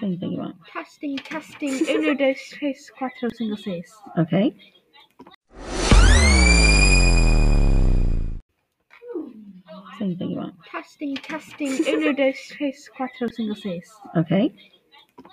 Same thing you want. Testing, testing. 1, 2, 3, 4, 5, 6. Okay. Same thing you want. Testing, testing. 1, 2, 3, 4, 5, 6. Okay.